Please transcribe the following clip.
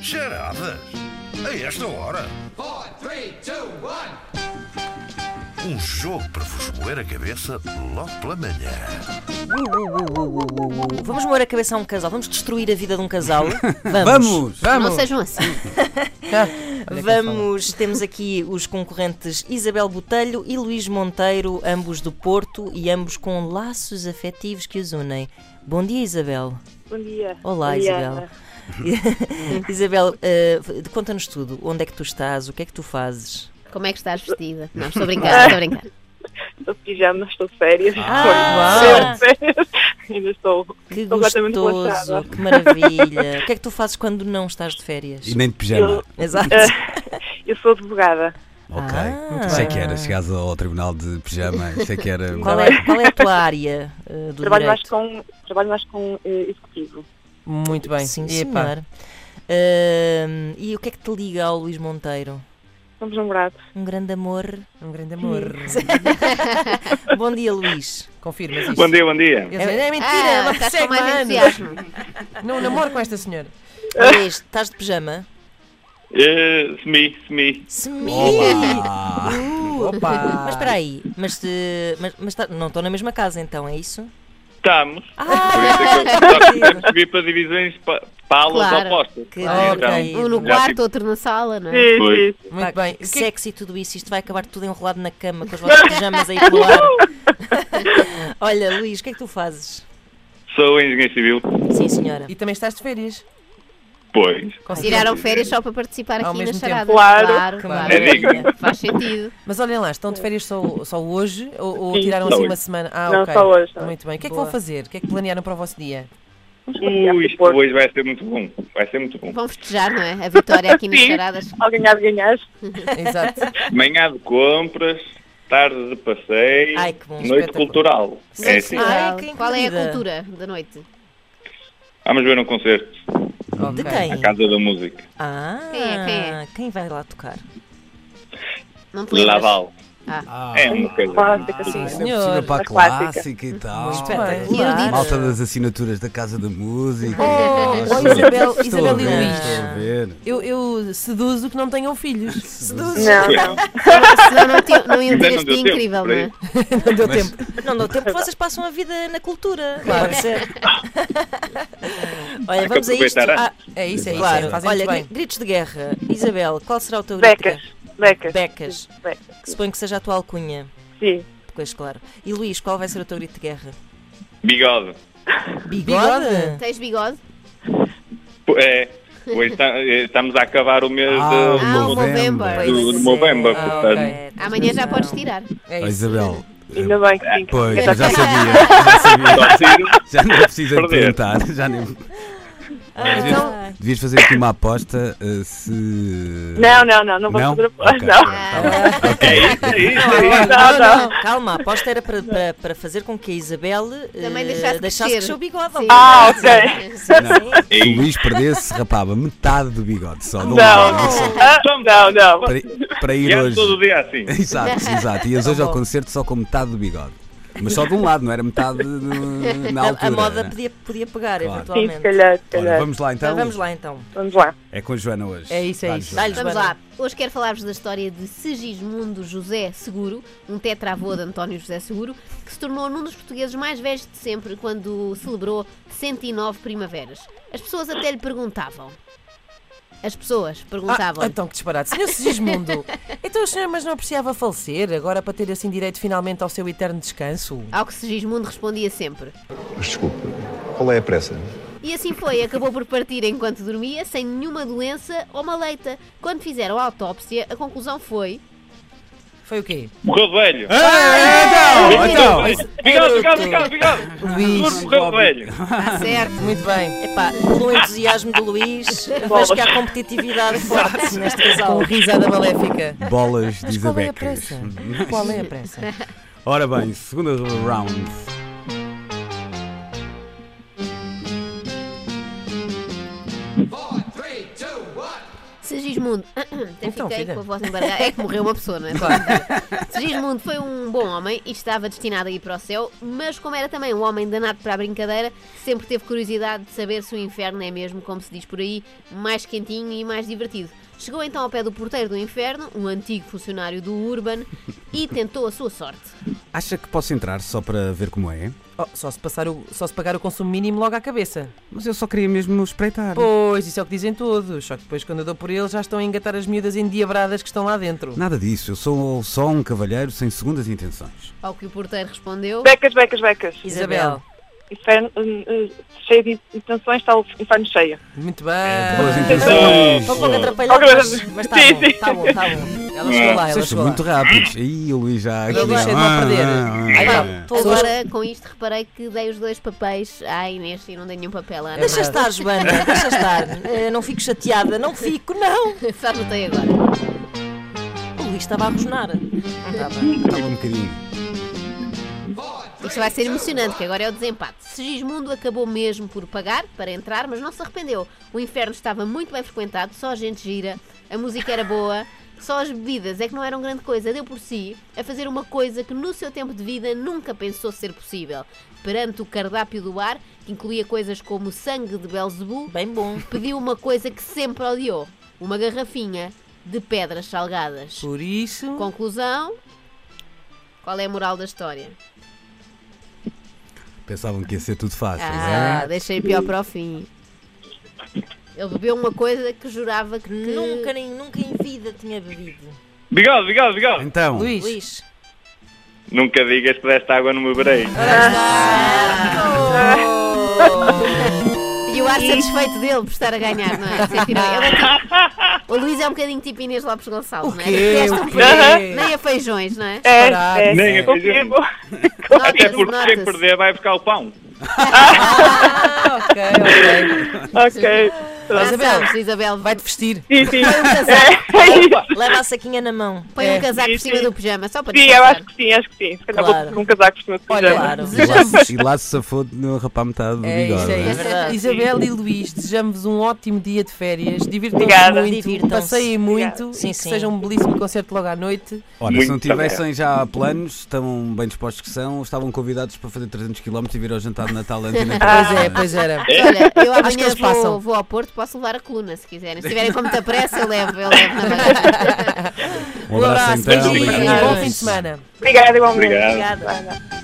Charadas? A esta hora? Four, three, two, one. Um jogo para vos moer a cabeça logo pela manhã. Vamos moer a cabeça a um casal, vamos destruir a vida de um casal. Vamos! Vamos, vamos. Não sejam assim. Vamos, temos aqui os concorrentes Isabel Botelho e Luís Monteiro, ambos do Porto e ambos com laços afetivos que os unem. Bom dia, Isabel. Bom dia. Olá, Bom dia, Isabel. Ana. Isabel, eh, conta-nos tudo. Onde é que tu estás? O que é que tu fazes? Como é que estás vestida? Não, estou a brincar, estou a brincar. Estou de pijama, estou de férias. Ah, Estou de férias. Ainda estou que completamente gostoso, relaxada. que maravilha. O que é que tu fazes quando não estás de férias? E nem de pijama. Eu, Exato. Eh, eu sou advogada. Ok. Ah. Sei que era, chegares ao tribunal de pijama, sei que era. Qual é, qual é a tua área eh, do Trabalho mais, direito? com, trabalho mais com eh, executivo. Muito bem. Sim, Epá. senhor. Ahm, e o que é que te liga ao Luís Monteiro? Somos namorados. Um grande amor. Um grande amor. Bom dia, Luís. Confirmas isso? Bom dia, bom dia. Eles- É, mentira, Ah, tá ela estás com persegue mais mais entusiasmo. Não namoro com esta senhora. Luís, estás de pijama? Eh, semi, semi. Semi! é? Olá! Uh! Opa! Mas espera aí, mas, te- mas, mas tá- não estão na mesma casa então, é isso? Estamos. Ah, Subi para divisões pa- palas Claro. opostas. que Ah, Então, maravilha. Um no Já quarto, fico- outro na sala, não é? Sim, Oi. sim. Muito Pá, que bem. O que é que- sexy tudo isso, isto vai acabar tudo enrolado na cama com os vossos pijamas aí pro ar. Olha, Luís, o que é que tu fazes? Sou engenheiro civil. Sim, senhora. E também estás de férias. Pois. Tiraram férias só para participar Ao aqui na mesmo tempo. charada. Claro. claro. Claro. claro. É digno. Faz sentido. Mas olhem lá, estão de férias só, só hoje ou, ou Sim, tiraram só assim hoje. uma semana? Ah, Não, ok. só hoje, só hoje. Muito bem. O que é que Boa. vão fazer? O que é que planearam para o vosso dia? Ui, Uh, isto hoje vai ser muito bom. Vai ser muito bom. Vão festejar, não é? A vitória aqui nas charadas. Alguém há de ganhar. Exato. Manhã de compras, tarde de passeio, Ai, que bom, noite espetáculo. cultural. É assim. Ai, Cultural. que Qual é incrível. a cultura da noite? Vamos ver um concerto De Ok. quem? na Casa da Música. Ah, Quem é, quem é? quem vai lá tocar? Não te lembras? Laval. Ah, É uma coisa. Clássica, sim. isso é senhor. possível para a A clássica. clássica e tal. Espetacular. Claro. Malta das assinaturas da Casa da Música. Oh, Estou- oh, Isabel- estou Isabel a e ver, Luís. É Estou a ver. Oh, Eu, eu seduzo que não tenham filhos. Seduzo. Não, assim. não. Senão não, tinham- não iam Ainda ter não este deu dia tempo, incrível, não por é? aí. Não deu Mas- tempo. Não dou tempo, vocês passam a vida na cultura. Claro. Pode ser. Olha, que vamos a isto. Ah, aproveitar antes. É isso, é isso. claro. Fazem Olha, muito bem. gri- gritos de guerra. Isabel, qual será o teu grito de Becas. guerra? Becas. Becas. Becas. Que suponho que seja a tua alcunha. Sim. Pois claro. E Luís, qual vai ser o teu grito de guerra? Bigode. Bigode? Tens bigode? É. Hoje tá- eh, estamos a acabar o mês Ah, de- Ah, o November. Movember. do, pois de é. novembro. Ah, portanto, ok. Amanhã já podes tirar. Oh, É isso. Isabel. Ainda bem que sim. Pois, eu já sabia. Já Só sabia. tiro. Já não precisa de Perder. perguntar. Já nem... Ah, então- Devias- Devias fazer aqui uma aposta eh, se. Não, não, não. Não vou fazer a Ok, Ah, Não. tá bem. Ok. É isso, é isso. Não, não. Calma, a aposta era para, para, para fazer com que a Isabel eh, Também deixaste deixasse crescer. crescer o bigode. Sim. Ah, ok. Sim. É Se o isso. Luís perdesse, rapava metade do bigode só. Não, Não. levava, só. Ah, Não, não. Para, para ir E é hoje. todo dia assim. Exato, exato. Tá Ias hoje ao concerto só com metade do bigode. Mas só de um lado, não era metade do- na A, altura. a moda né? podia, podia pegar, Claro. Sim, se eventualmente. calhar, se Ora, calhar. vamos lá então. Então vamos lá então. Vamos lá. É com a Joana hoje. É isso, é Vai, isso. Joana. Dá-lhe, Vamos Joana. lá. Hoje quero falar-vos da história de Segismundo José Seguro, um tetravô de António José Seguro, que se tornou num dos portugueses mais velhos de sempre quando celebrou 109 primaveras. As pessoas até lhe perguntavam. As pessoas perguntavam. Ah, então que disparate. Senhor Sigismundo, então o senhor mas não apreciava falecer agora para ter assim direito finalmente ao seu eterno descanso? Ao que Segismundo respondia sempre. Mas desculpe, qual é a pressa? E assim foi, acabou por partir enquanto dormia, sem nenhuma doença ou maleita. Quando fizeram a autópsia, a conclusão foi. Foi o quê? Morreu velho. Ah, então, então. Obrigado, obrigado, obrigado, obrigado. Luís. Morreu velho. Está certo. Muito bem. Epá, pelo entusiasmo do Luís, vejo que há competitividade forte neste casal. Ah, Com risada maléfica. Bolas, diz a Qual é a Becas. pressa? Qual é a pressa? Ora bem, segunda round. Four, three, two, one. Se Segismundo. Até Então, fiquei filha. com a voz embargada. É que morreu uma pessoa, não é? Claro. Segismundo foi um bom homem e estava destinado a ir para o céu, mas como era também um homem danado para a brincadeira, sempre teve curiosidade de saber se o inferno é mesmo, como se diz por aí, mais quentinho e mais divertido. Chegou então ao pé do porteiro do inferno, um antigo funcionário do Urban, e tentou a sua sorte. Acha que posso entrar só para ver como é? Oh, só, se passar o, só se pagar o consumo mínimo logo à cabeça. Mas eu só queria mesmo espreitar. Pois, isso é o que dizem todos. Só que depois, quando eu dou por eles, já estão a engatar as miúdas endiabradas que estão lá dentro. Nada disso, eu sou só um cavalheiro sem segundas intenções. Ao que o porteiro respondeu. Becas, becas, becas. Isabel. Inferno, hum, hum, cheio de intenções, está o inferno cheio. Muito É, Boas bem. intenções. Estou um pouco atrapalhado, mas, mas está Sim, bom, sim. está bom, está bom. Ela chegou lá, ela Vocês são chegou lá. muito rápidos. Ih, o Luís já aqui. Eu deixei de não Ah, perder. ah, ah. Bom, Agora, com isto, reparei que dei os dois papéis à Inês e não dei nenhum papel à Ana. É Deixa estar, Joana, deixa estar. Eh, não fico chateada, não fico, não. Só notei agora. O Luís estava a rosnar. Estava um bocadinho. Isto vai ser emocionante, que agora é o desempate. Segismundo acabou mesmo por pagar para entrar, mas não se arrependeu. O inferno estava muito bem frequentado, só a gente gira, a música era boa, só as bebidas é que não eram grande coisa. Deu por si a fazer uma coisa que no seu tempo de vida nunca pensou ser possível. Perante o cardápio do bar, que incluía coisas como sangue de Belzebu, Bem bom. pediu uma coisa que sempre odiou: uma garrafinha de pedras salgadas. Por isso. Conclusão: qual é a moral da história? Pensavam que ia ser tudo fácil, Ah, não é? deixei pior para o fim. Ele bebeu uma coisa que jurava que Nunca, nem, nunca em vida tinha bebido. Bigode, bigode, Ah. bigode. Então, Luís. Luís. Nunca digas que deste água no meu breio. E o ar satisfeito dele por estar a ganhar, não é? Sentir- Ele é tipo- O Luís é um bocadinho tipo Inês Lopes Gonçalves, não é? quê? Detesta um O quê? bocadinho. Nem a feijões, não é? É, Parado. é. Nem a Confirmo. Até Notas, porque se notas. perder vai buscar o pão. Ah, ok, ok. ok. Já Isabel. sabes, Isabel, vai Vai-te vestir. Sim, sim. um casaco, É isso. Leva a saquinha na mão. põe um casaco por Sim, cima sim. do pijama, só para Sim, eu descansar. acho que sim, acho que sim. Se calhar Claro. vou com um casaco por cima de Olha, pijama. Claro. e lá, se- e lá se safou de não rapar metade do É isso, bigode. é não é? isso. verdade. Isabel e Luís, desejamos um ótimo dia de férias. Divirtam-se Obrigada. muito, Divirtam-se. passeiem muito Sim, e que sim. seja um belíssimo concerto logo à noite. Ora, se Muito não tivessem já planos, tão bem dispostos que são, estavam convidados para fazer 300 km e vir ao jantar de Natal da Antena Pois 3, é, não é? pois era. Olha, eu Acho que amanhã eles passam. vou, vou ao Porto, posso levar a coluna se quiserem. Se tiverem com muita pressa, eu levo, eu levo na bagagem. Um abraço, então. beijinhos, obrigado. bom fim de semana. Obrigada, igualmente. Obrigado. Obrigada.